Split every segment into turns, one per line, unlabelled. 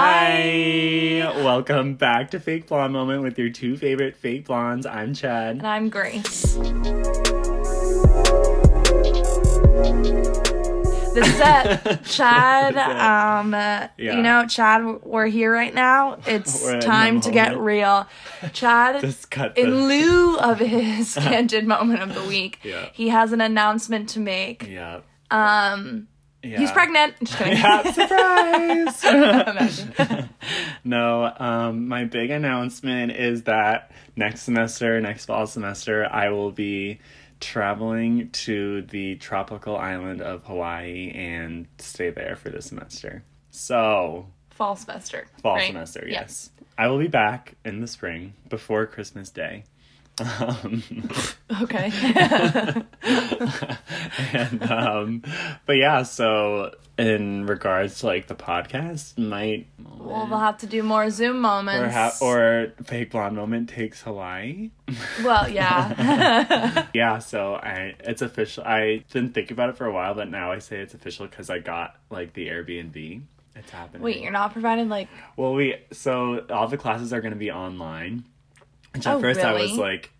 Hi. Welcome back to Fake Blonde Moment with your two favorite fake blondes. I'm Chad.
And I'm Grace. This is it, Chad.
This is it.
Um, uh,
Yeah.
You know, Chad, we're here right now. It's
We're in the
time to get
moment.
real. Chad,
Just cut the-
in lieu of his candid moment of the week,
Yeah.
he has an announcement to make.
Yeah.
Um,
yeah.
He's pregnant. Just kidding.
Yeah, surprise.
Imagine.
no, um, my big announcement is that next semester, next fall semester, I will be traveling to the tropical island of Hawaii and stay there for the semester. So,
Fall semester.
fall
right?
semester,
Yeah.
yes. I will be back in the spring before Christmas Day. Um,
Okay.
and um but yeah so in regards to like the podcast might
well, we'll have to do more Zoom moments.
or, ha- or fake blonde moment takes hawaii
well, yeah.
yeah so i it's official i didn't think about it for a while but now i say it's official because i got like the airbnb it's happening
Wait, you're not provided like
well we so all the classes are going to be online which at
Oh,
first i
really?
was like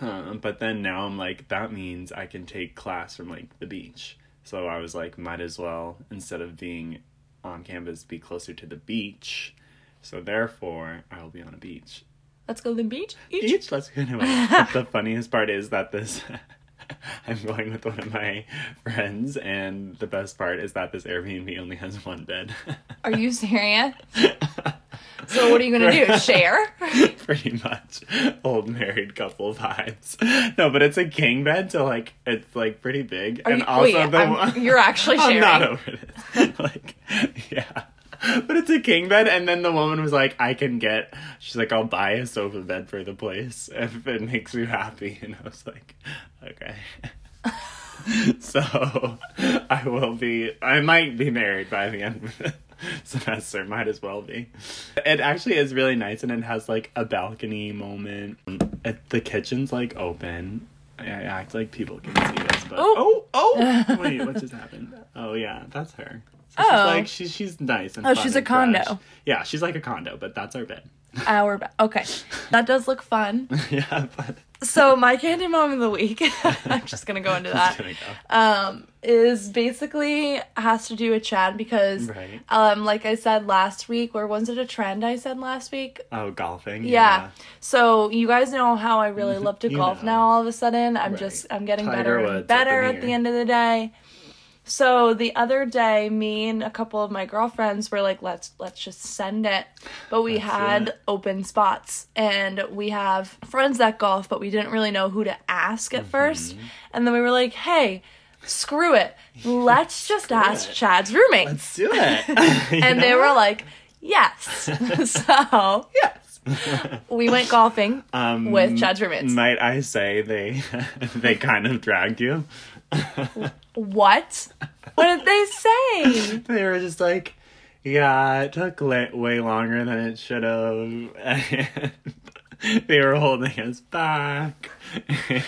huh but then now i'm like that means i can take class from like the beach so i was like might as well instead of being on campus be closer to the beach so therefore i will be on a beach
let's go to the beach. Each.
beach let's go anyway but the funniest part is that this i'm going with one of my friends and the best part is that this airbnb only has one bed
Are you serious? so what are you gonna do? Share?
pretty much old married couple vibes. No, but it's a king bed, so like it's like pretty big,
Are
and
you,
also
wait,
the
I'm-
one-
you're actually
I'm
sharing.
not over this. like, yeah. But it's a king bed, and then the woman was like, "I can get." She's like, "I'll buy a sofa bed for the place if it makes you happy," and I was like, "Okay." so, I will be. I might be married by the end of the semester. Might as well be. It actually is really nice, and it has like a balcony moment. It, the kitchen's like open. I I act like people can see this, but
Oh.
oh, oh! Wait, what just happened? Oh yeah, that's her. So She's
Oh.
like she's she's nice and
Oh,
fun
she's
and
a condo.
fresh. Yeah, she's like a condo, but that's our bed.
Our Uh, ba- okay, that does look fun.
yeah, but
So my candy mom of the week. I'm just gonna go into
just
that.
gonna go.
um, is basically has to do with Chad because,
Right.
um, like I said last week, or was it a trend I said last week?
Oh, golfing.
Yeah. So you guys know how I really love to
You
golf
know.
now. All of a sudden, I'm
Right.
just I'm getting
Tiger
better
Woods
and
up
better
in
at the
here.
end of the day. So the other day, me and a couple of my girlfriends were like, "Let's let's just send it," but we
Let's do
had
it.
open spots, and we have friends that golf, but we didn't really know who to ask
Mm-hmm.
at first, and then we were like, "Hey." Screw it. Let's just ask
it.
Chad's roommates.
Let's do it. You
and they
know?
were like, yes. so
yes.
we went golfing
Um,
with Chad's roommates.
Might I say they they kind of dragged you?
What? What did they say?
They were just like, yeah, it took la- way longer than it should have. they were holding us back.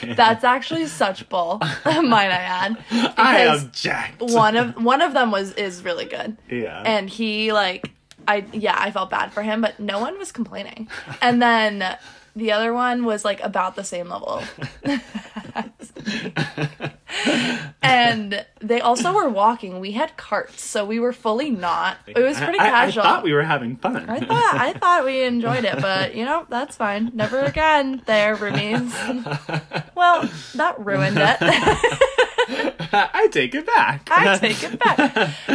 That's actually such bull, might I add.
I
Because
object.
one of one of them was is really good.
yeah.
And he like I yeah, I felt bad for him, but no one was complaining. And then the other one was like about the same level. and they also were walking. We had carts, so we were fully not. It was pretty
I- I-
casual.
I, thought we were having fun.
I thought I thought we enjoyed it, but you know that's fine. Never again, there, roomies. well, that ruined it.
I take it back.
I take it back.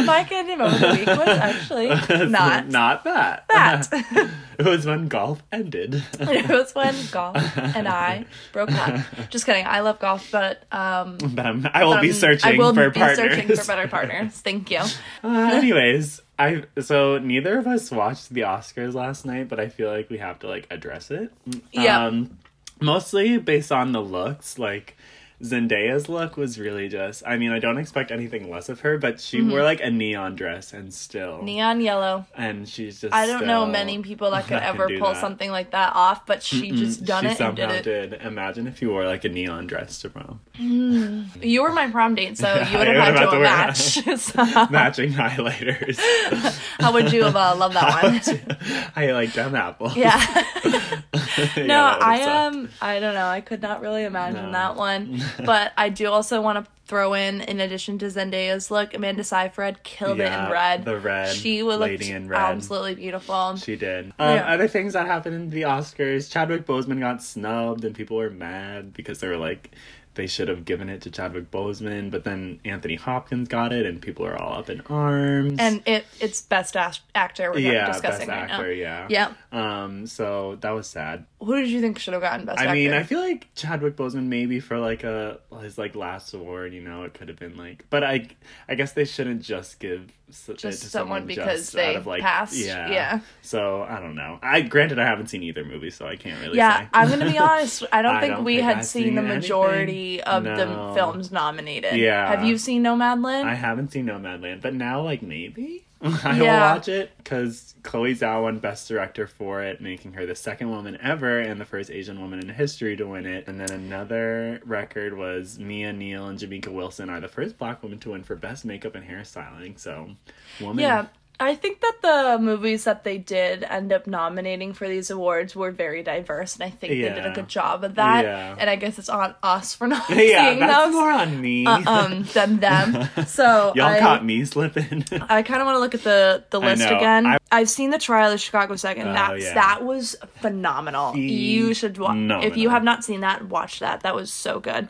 My candy moment of the week was actually not,
not that.
that.
It was when golf ended.
it was when golf and I broke up. Just kidding. I love golf, but um,
but I'm, I will be
um,
searching
I will
for
be
partners.
searching for better partners. Thank you.
Uh, anyways, I so neither of us watched the Oscars last night, but I feel like we have to like address it.
Yeah.
Um, mostly based on the looks, like Zendaya's look was really just. I mean, I don't expect anything less of her, but she wore like a neon dress and still.
Mm-hmm. Neon yellow.
and she's just.
I don't know
still-
many people that could
that can
ever
do
pull
that.
something like that off, but she just done
Mm, she
it and
somehow
did it.
did. Imagine if you wore like a neon dress to prom,
You were my prom date, so you would
I
have
would've
had
had
to
to wear
match. So,
matching highlighters.
how would you have uh, loved that one?
I like dumb apples.
Yeah.
Yeah,
no,
that would've
I
sucked.
um I don't know. I could not really imagine
No.
that one. but I do also want to throw in in addition to Zendaya's look, Amanda Seyfried killed it
Yeah,
in red.
The red.
she
was
looked
lady in red.
absolutely beautiful.
She did. Um,
Yeah.
Other things that happened in the Oscars: Chadwick Boseman got snubbed, and people were mad because they were like, they should have given it to Chadwick Boseman, but then Anthony Hopkins got it, and people are all up in arms.
and it it's best as- actor we're
yeah,
discussing
best
right
actor. Yeah.
now. Yeah.
Um. So that was sad.
Who did you think should have gotten best
I
actor?
mean, I feel like Chadwick Boseman maybe for like a his like last award, you know, it could have been like, but I, I guess they shouldn't just give s- it to
Just someone because
just
they
out of, like,
passed, yeah.
So I don't know. I granted I haven't seen either movie, so I can't really.
yeah,
say.
I'm gonna be honest. I don't
I
think
don't
we
think
had
I've
seen
seen
the
anything.
majority of the
No.
films nominated.
Yeah.
Have you seen Nomadland?
I haven't seen Nomadland, but now like maybe I
Yeah.
will watch it because Chloe Zhao won Best Director for it, making her the second woman ever and the first Asian woman in history to win it. And then another record was Mia Neal and Jamaica Wilson are the first Black women to win for Best Makeup and Hairstyling. So, woman,
Yeah, I think that the movies that they did end up nominating for these awards were very diverse, and I think they did a
Yeah.
good job of that.
Yeah.
And I guess it's on us for not
yeah,
seeing
that's
those
more on me.
um than them. So
Y'all
I,
caught me slipping.
I kind of want to look at the the list
know.
again.
I- Oh,
I've seen the trial of Chicago Second. That's
yeah.
that was phenomenal. You should watch if you
Phenomenal.
have not seen that. Watch that. That was so good.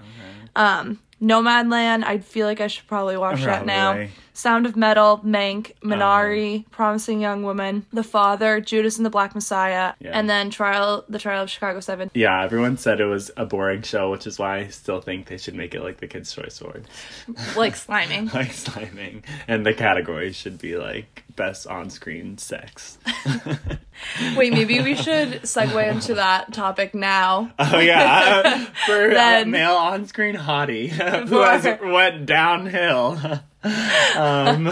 Um, Nomadland. I feel like I should probably watch that now.
Probably. Oh.
Sound of Metal, Mank, Minari, Promising Young Woman, The Father, Judas and the Black Messiah,
Yeah.
and then Trial, The Trial of Chicago Seven.
yeah, everyone said it was a boring show, which is why I still think they should make it like the Kids' Choice Awards.
Like sliming.
like sliming and the category should be like best on-screen sex
Wait, maybe we should segue into that topic now.
oh yeah for uh,
Then-
male on-screen hottie who has
For-
went downhill um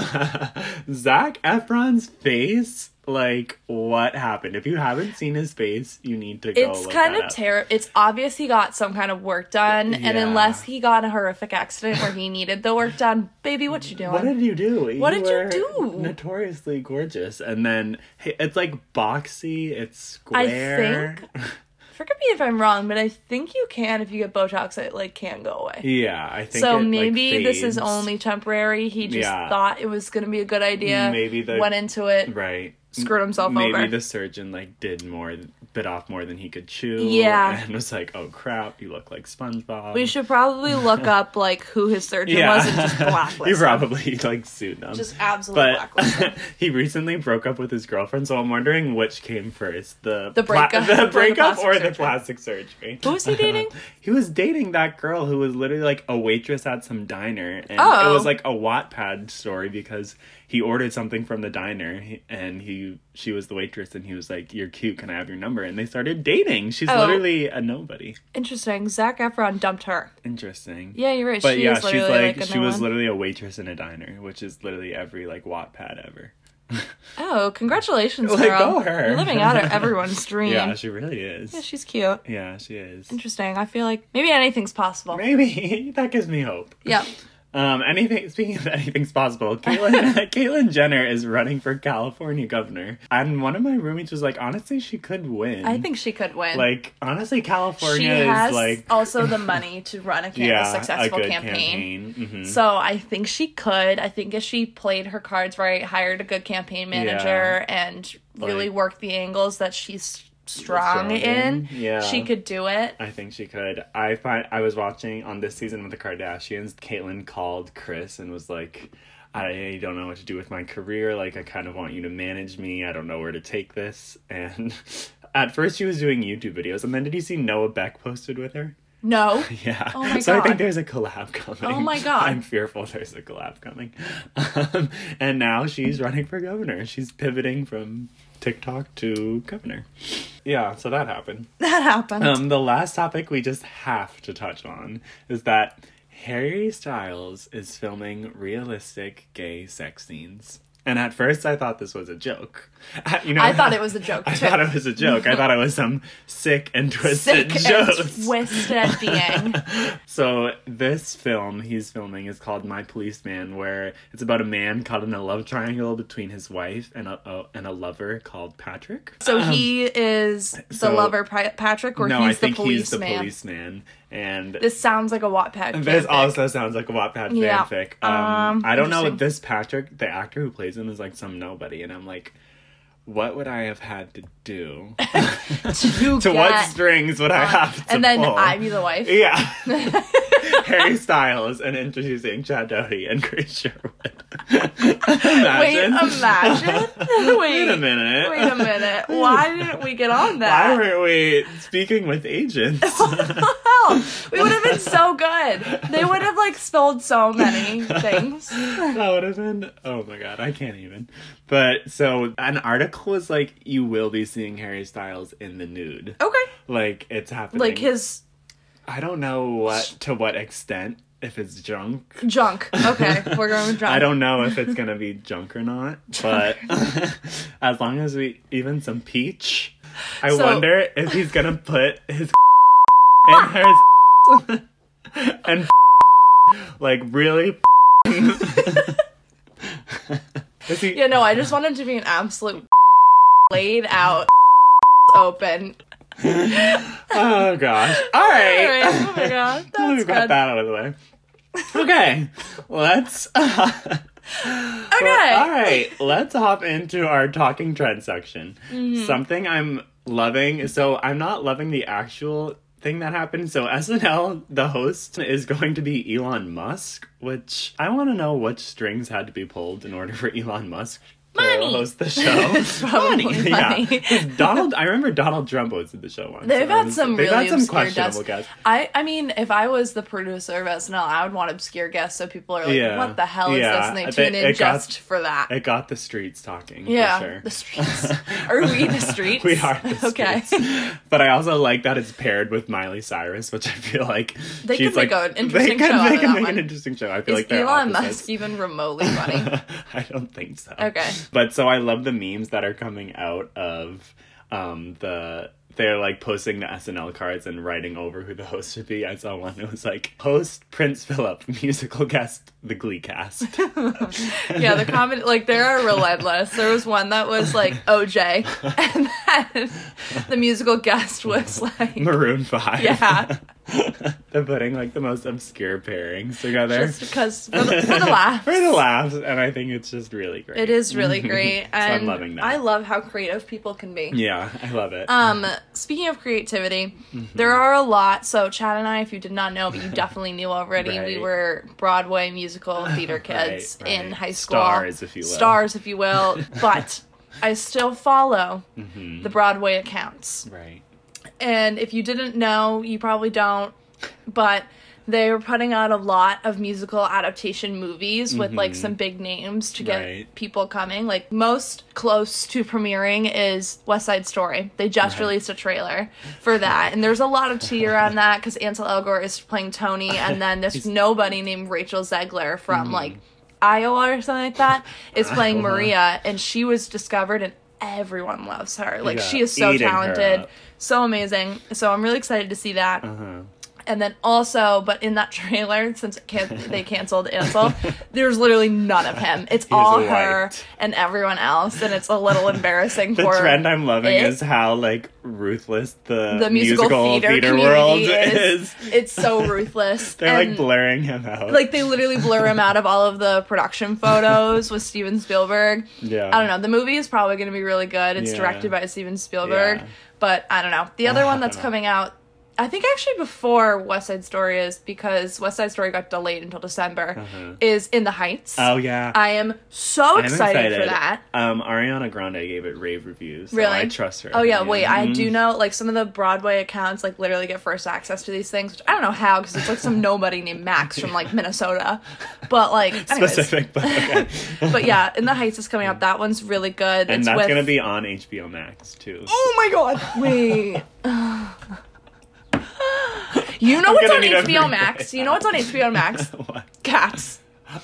zach efron's face like what happened if you haven't seen his face you need to go
It's
look
kind
that
of
up.
terrible. It's obvious he got some kind of work done, and
Yeah.
unless he got a horrific accident where he needed the work done, baby, what you doing?
What did you do?
What did you
were
do?
Notoriously gorgeous, and then hey, it's like boxy. It's
I
square. think.
Forgive me if I'm wrong, but I think you can if you get Botox, it like can go away.
Yeah, I think. it,
So
like,
maybe this is
fades.
only temporary. He just
Yeah.
thought it was gonna be a good idea.
Maybe the-
went into it,
Right.
screwed himself
Maybe
over.
the surgeon like did more, bit off more than he could chew.
Yeah.
And was like, "Oh crap, you look like SpongeBob."
we should probably look up like who his surgeon was and just blacklist.
he
him.
probably like sued them.
Just absolutely blacklist. him.
but he recently broke up with his girlfriend, so I'm wondering which came first the
The
pla-
breakup or
the
the
breakup
plastic
or the
surgery.
plastic surgery.
Who was he dating?
He was dating that girl who was literally like a waitress at some diner, and
Oh.
it was like a Wattpad story because he ordered something from the diner, and he she was the waitress, and he was like, "You're cute, can I have your number?" And they started dating. She's
Oh.
literally a nobody.
Interesting. Zach Efron dumped her.
Interesting.
Yeah, you're right.
But
she
yeah,
is
she's
literally
like,
like, a
she
no
was
one.
literally a waitress in a diner, which is literally every like Wattpad ever.
Oh, congratulations, girl!
Like, go her.
You're living out everyone's dream.
Yeah, she really is.
Yeah, she's cute.
Yeah, she is.
Interesting. I feel like maybe anything's possible.
Maybe that gives me hope.
Yeah.
Um, anything. Speaking of anything's possible, Caitlyn Caitlyn Jenner is running for California governor, and one of my roommates was like, honestly, she could win.
I think she could win.
like honestly,
she
California
has
is like
also the money to run a, cam-
yeah,
a successful
a good
campaign.
campaign. Mhm.
So I think she could. I think if she played her cards right, hired a good campaign manager, and really
Like-
worked the angles that she's strong,
Strong
in,
in, yeah.
she could do it.
I think she could. I find I was watching on this season with the Kardashians. Caitlyn called Chris and was like, "I don't know what to do with my career. Like, I kind of want you to manage me. I don't know where to take this." And at first, she was doing YouTube videos, and then did you see Noah Beck posted with her?
No.
Yeah.
Oh my
so I
God.
think there's a collab coming.
Oh my God.
I'm fearful there's a collab coming. Um, and now she's running for governor. She's pivoting from TikTok to governor. Yeah, so that happened.
That happened.
Um, the last topic we just have to touch on is that Harry Styles is filming realistic gay sex scenes. And at first, I thought this was a joke. You know,
I thought it was a joke,
I
too.
thought it was a joke. I thought it was some sick and
Sick
twisted
and
joke.
twisted being.
So this film he's filming is called My Policeman, where it's about a man caught in a love triangle between his wife and a uh, and a lover called Patrick.
So he is the
Um, so-
lover, Pri- Patrick, or
no,
he's
I think
the
he's the
policeman.
policeman, and this,
This sounds like a Wattpad. fanfic.
also sounds like a Wattpad
Yeah.
fanfic. Um,
Um,
I don't know
interesting.
this Patrick, the actor who plays him, is like some nobody, and I'm like, what would I have had to do?
to,
to
get
what strings would I have to
and then
pull?
I be the wife.
Yeah. Harry Styles and introducing Chad Doty and Grace Sherwood.
Wait,
imagine.
imagine. wait,
Wait a minute.
Wait a minute. Why didn't we get on
Why
that?
weren't we speaking with agents?
Hell, we would have been so good. They would have like spilled so many things.
that would have been oh my god, I can't even. But so an article was like, you will be seeing Harry Styles in the nude.
Okay,
Like it's happening.
like his
I don't know what to what extent. If it's junk,
junk. Okay, we're going with junk.
I don't know if it's gonna be junk or not, but as long as we even some peach, I
So-
wonder if he's gonna put his in hers and like really. Is he-
Yeah, no, I just want him to be an absolute laid out open.
Oh gosh! All right.
Alright, oh my god,
we
that's
got
good.
that out of the way. Okay, let's. uh,
Okay.
All right, let's hop into our talking trend section.
Mm-hmm.
Something I'm loving. So I'm not loving the actual thing that happened. So SNL, the host, is going to be Elon Musk, which I want to know what strings had to be pulled in order for Elon Musk. to
Money.
Host the show.
Probably money.
Yeah. 'Cause Donald, I remember Donald Trump hosted the show once.
They've
and it
had
was-
some
they've had
really
some
obscure
questionable
guests.
guests.
I, I mean, if I was the producer of SNL, I would want obscure guests so people are like,
Yeah.
"What the hell
Yeah.
is this?" And they
It-
tune in
it got-
just for that.
It got the streets talking.
yeah,
for sure.
the streets. Are we the streets?
We are the
okay.
streets. But I also like that it's paired with Miley Cyrus, which I feel like
They
she's
could make
like,
an
they
interesting
could
show out
make,
of that
make
one.
an interesting show. I feel
Is
like they're
Elon
opposites.
Musk even remotely funny?
I don't think so.
Okay.
But so I love the memes that are coming out of um the they're like posting the SNL cards and writing over who the host should be. I saw one that was like host Prince Philip, musical guest the Glee cast.
yeah, the comedy like they're relentless. There was one that was like OJ, and then the musical guest was like,
Maroon Five.
yeah,
They're putting like the most obscure pairings together.
just because for the, for the laugh.
for the laughs, and I think it's just really great.
It is really great.
Mm-hmm. I'm
And
loving that.
I love how creative people can be.
Yeah, I love it.
Um, speaking of creativity,
Mm-hmm.
there are a lot. So Chad and I, if you did not know, but you definitely knew already, we
Right.
were Broadway musical theater kids
right.
in high school.
Stars, if you will.
Stars, if you will. but I still follow
Mm-hmm.
the Broadway accounts.
right.
And if you didn't know, you probably don't, but they were putting out a lot of musical adaptation movies with like some big names to get
Mm-hmm. Right.
people coming. Like most close to premiering is West Side Story. They just released a trailer for that, and there's a lot of cheer on that because Ansel Elgort is playing Tony, and then this nobody named Rachel Zegler from
Mm.
like Iowa or something like that is playing
Iowa.
Maria, and she was discovered and. Everyone loves her. Like
Yeah,
she is so
eating her
talented
up.
so amazing. So I'm really excited to see that.
Uh-huh.
And then also, but in that trailer, since it can- they canceled Ansel, there's literally none of him. It's all her
wiped.
and everyone else, and it's a little embarrassing
The
for
trend I'm loving
it-
is how like ruthless the,
the musical, theater, community
world is.
is. It's so ruthless.
They're like
and-
blurring him out.
like they literally blur him out of all of the production photos with Steven Spielberg.
Yeah.
I don't know. The movie is probably going to be really good. It's
Um, Yeah.
directed by Steven Spielberg,
Yeah.
but I don't know. The other one that's
I don't know.
coming out I think actually before West Side Story is because West Side Story got delayed until December is In the Heights.
Oh yeah.
I am so
Uh-huh. I'm
excited, for that.
Um, Ariana Grande gave it rave reviews. So
Really?
I trust her.
Oh yeah,
opinion.
wait, I
Mhm.
do know like some of the Broadway accounts like literally get first access to these things, which I don't know how because it's like some nobody named Max from like Minnesota. But like anyways.
Specific, but okay.
but yeah, In the Heights is coming up. That one's really good.
and
it's
that's
with...
gonna be on HBO Max too.
Oh my god. Wait. you know what's
gonna
on
need a
HBO
replay.
Max? You know what's on HBO Max?
What?
Cats.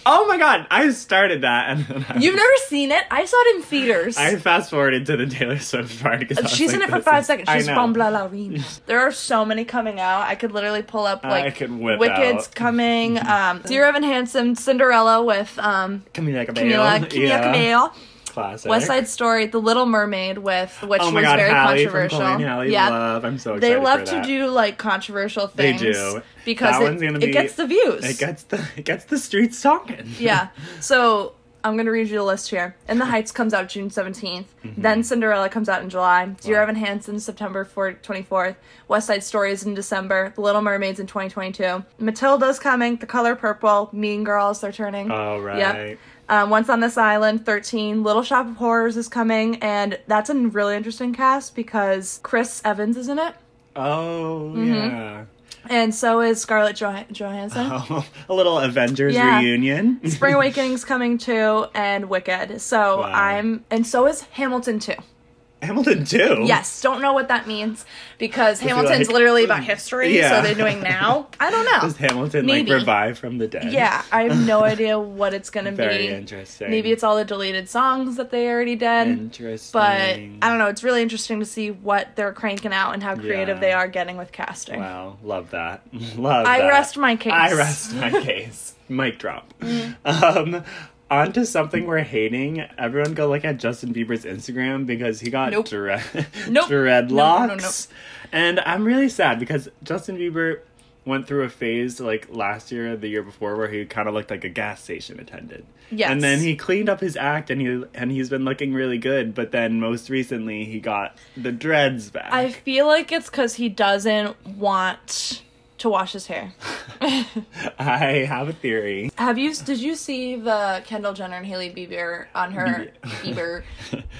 oh my god! I started that, and then I,
You've never seen it? I saw it in theaters. Uh,
I fast forwarded to the Taylor Swift part because I was
She's
like,
in it for
this
five
is-
seconds.
I
She's
know.
Bambla Laureen. There are so many coming out. I could literally pull up
I
like
could whip
Wicked's
out.
coming, um, Dear Evan Hansen, Cinderella with um,
Camila Cabello.
Camila, Camila
yeah.
Cabello,
Classic.
West Side Story, The Little Mermaid with, which
Oh my
was
god,
very
Hallie
controversial.
from Colleen Hallie
yeah,
Love. I'm so excited
they love
for
to
that.
do like controversial
They
things.
do.
because
That
it,
one's gonna
it
be-
gets the views.
It gets the it gets the streets talking.
yeah. So I'm gonna read you the list here. In the Heights comes out June 17th. Then Cinderella comes out in July. Dear
Mm-hmm. Wow.
Evan Hansen September 4- 24th. West Side Stories in December. The Little Mermaids in 2022. Matilda's coming. The Color Purple. Mean Girls. They're turning.
All Oh, right.
Um, Once on this island, 13, Little Shop of Horrors is coming, and that's a really interesting cast because Chris Evans is in it,
Oh
Mm-hmm.
yeah.
and so is Scarlett Joh- Johansson.
Oh, a little Avengers
Yeah.
reunion.
Spring Awakening's coming too, and Wicked. So
Wow. Oh.
I'm, and so is Hamilton too.
Hamilton too.
Yes, don't know what that means because Hamilton's
like-
literally about history,
Yeah.
so they're doing now. I don't know.
Does Hamilton
Maybe.
like revive from the dead?
yeah, I have no idea what it's gonna
Very
be.
interesting.
Maybe it's all the deleted songs that they already did.
interesting.
But I don't know. It's really interesting to see what they're cranking out and how creative
Yeah.
they are getting with casting.
Wow, love that. Love
I
that.
rest my case. Mm.
I rest my case. Mic drop. Um, on to something we're hating. Everyone go look at Justin Bieber's Instagram because he got
Nope.
dread
Nope.
dreadlocks.
No, no, no, no.
And I'm really sad because Justin Bieber went through a phase like last year, the year before, where he kind of looked like a gas station attendant.
Yes.
And then he cleaned up his act, and he and he's been looking really good. But then most recently, he got the dreads back.
I feel like it's because he doesn't want to wash his hair.
I have a theory.
Have you? Did you see the Kendall Jenner and Haley Bieber on her Bieber,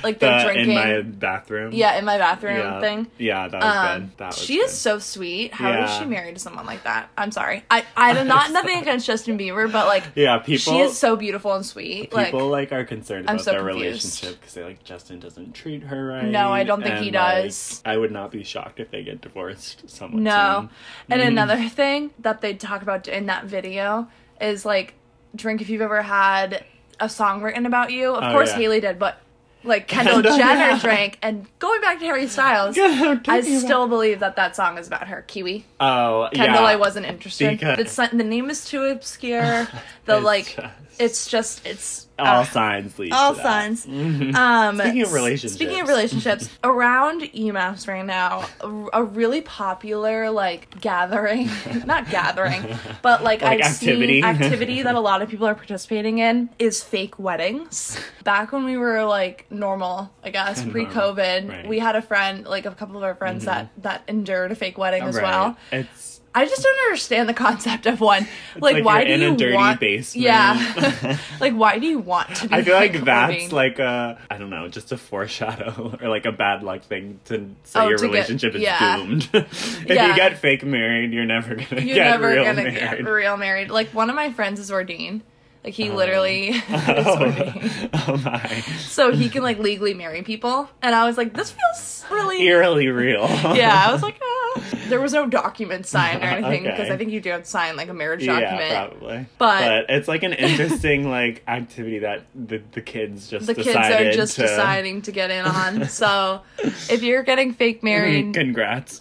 like they're
The-
drinking?
in my bathroom.
yeah, in my bathroom
yeah.
thing.
Yeah, that was
Um,
good. That was
she
good.
is so sweet. How is
Yeah.
she married to someone like that? I'm sorry. I I am not nothing against Justin Bieber, but like
Yeah, people.
she is so beautiful and sweet. Like
people like are concerned
I'm
about
so
their
confused.
relationship because they like Justin doesn't treat her right.
No, I don't think he
and, like,
does.
I would not be shocked if they get divorced. Someone.
no. And
Mm-hmm.
another thing that they talk about in that video is like drink if you've ever had a song written about you. Of
Oh,
course
yeah.
Haley did, but like Kendall
Kendall,
Jenner
yeah.
drank and going back to Harry Styles. I still believe that that song is about her, Kiwi.
Oh,
Kendall,
yeah.
I wasn't interested.
Because-
It's not- the name is too obscure. The
It's
like,
just-
it's just it's
All
uh,
signs lead.
all
to
signs.
That. Mm-hmm.
Um,
Speaking of
s-
relationships.
Speaking of relationships, around EMAPS right now, a- a really popular like gathering, not gathering, but like,
Like
I've
activity.
seen activity that a lot of people are participating in is fake weddings. Back when we were like normal, I guess
Normal,
pre-COVID,
right. Mm-hmm.
we had a friend, like a couple of our friends that that endured a fake wedding as
Right.
well.
It's
I just don't understand the concept of one. Like,
like
why
you're in
do
a
you
dirty
want?
basement.
Yeah. like, why do you want to? Be
I feel like
fake
that's
living?
like a I don't know, just a foreshadow or like a bad luck thing to say
Oh,
your
to get-
relationship is
yeah.
doomed. if
Yeah.
you get fake married, you're never gonna
you're
get
never
real
gonna
married.
get real married. Like one of my friends is ordained. Like he literally is ordained.
oh, oh my,
So he can like legally marry people. And I was like, this feels really
eerily real.
Yeah, I was like, ah. there was no document signed or anything
Okay.
because I think you do have to sign like a marriage document.
Yeah, probably.
But-
it's like an interesting like activity that the, the kids just
the kids
decided
are just
to,
deciding to get in on. So if you're getting fake married,
Congrats.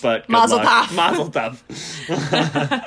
but good
Mazel
luck.
tov.
Mazel tov.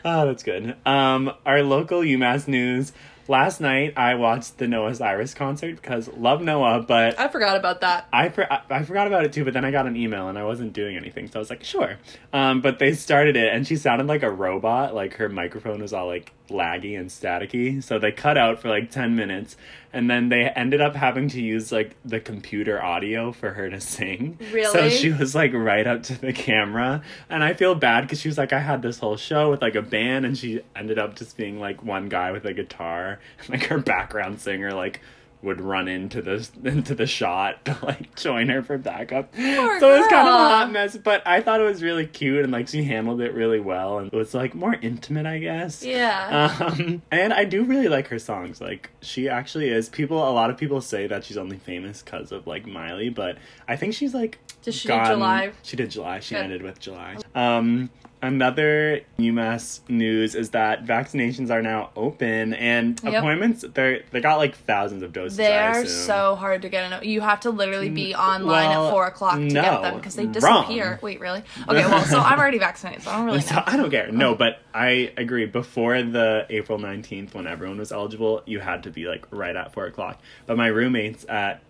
oh, that's good. Um, our local UMass news. Last night, I watched the Noah Cyrus concert because love Noah, but
I forgot about that.
I, for- I I forgot about it too. But then I got an email and I wasn't doing anything, so I was like, sure. Um, but they started it, and she sounded like a robot. Like her microphone was all like laggy and staticky. So they cut out for like 10 minutes and then they ended up having to use like the computer audio for her to sing. So
Really?
she was like right up to the camera and I feel bad cuz she was like I had this whole show with like a band and she ended up just being like one guy with a guitar and like her background singer like would run into the into the shot to like join her for backup.
Poor
so it was kind of a
girl.
hot mess, but I thought it was really cute and like she handled it really well and it was like more intimate, I guess.
Yeah.
Um, and I do really like her songs. Like she actually is. People, a lot of people say that she's only famous because of like Miley, but I think she's like.
Does she do July?
She did July. She
Good.
ended with July. Um, another E UMass news is that vaccinations are now open and
Yep.
appointments. They they got like thousands of doses.
they
I
are
assume.
so hard to get. In. You have to literally be online
well,
at four o'clock to
no,
get them because they
wrong.
disappear. Wait, really? Okay, well, so I'm already vaccinated, so I don't really
So
know.
I don't care.
oh.
No, but I agree. Before the April 19th, when everyone was eligible, you had to be like right at four o'clock. But my roommates at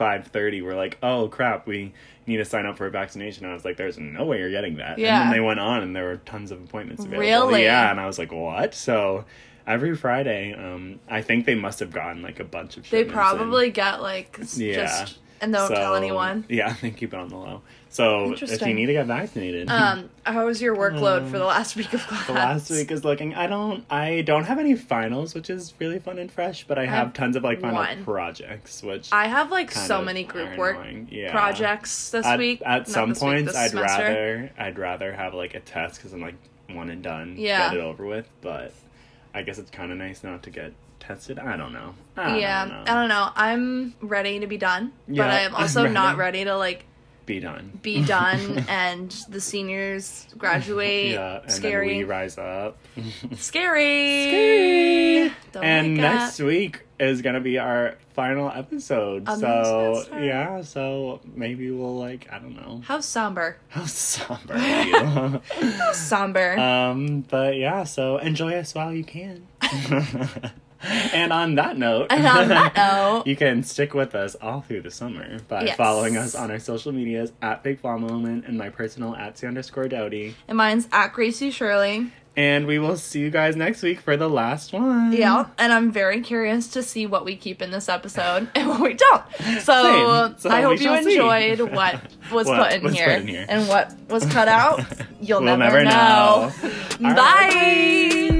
5.30 were like, oh crap, we need to sign up for a vaccination. And I was like, there's no way you're getting that. And
Yeah.
then they went on and there were tons of appointments available.
Really?
Yeah. And I was like, what? So every Friday, um, I think they must have gotten like a bunch of
They
shipments in.
probably get like s-
Yeah.
just and don't tell
So-
anyone.
Yeah, they keep it on the low. So if you
Interesting.
need to get vaccinated.
Um, how was your workload for the last week of class?
Um, the last week is looking i don't i don't have any finals which is really fun and fresh but i have
have
tons of like final
one.
projects which
I have like so
of
many group
are
work
annoying. Yeah.
projects this
at,
week.
at
Not
some
this week,
points
this
i'd
semester.
rather i'd rather have like a test because i'm like one and done
Yeah.
get it over with but i guess it's kind of nice not to get tested i don't know I
yeah,
don't know.
I don't know. I'm ready to be done,
Yeah,
but I am
I'm
also not
ready.
ready to like
be done
be done and the seniors graduate.
yeah and
scary.
then we rise up
scary.
Scary.
Don't
and
like
next
that.
week is gonna be our final episode.
Of the
so
semester.
yeah, so maybe we'll like I don't know
How somber.
how somber are
How somber.
you. um, but yeah, so enjoy us while you can. and on that note,
and on that note,
you can stick with us all through the summer by
Yes.
following us on our social medias at Big Flaw Moment and my personal at C underscore Doughty.
and mine's at Gracie Shirley.
And we will see you guys next week for the last one.
Yeah, and I'm very curious to see what we keep in this episode and what we don't. So,
Same. So
I
we
hope you
shall see.
enjoyed what was
What
put in
was
here
put in here.
and what was cut out. You'll
We'll never
never, know.
know. All right,
Bye.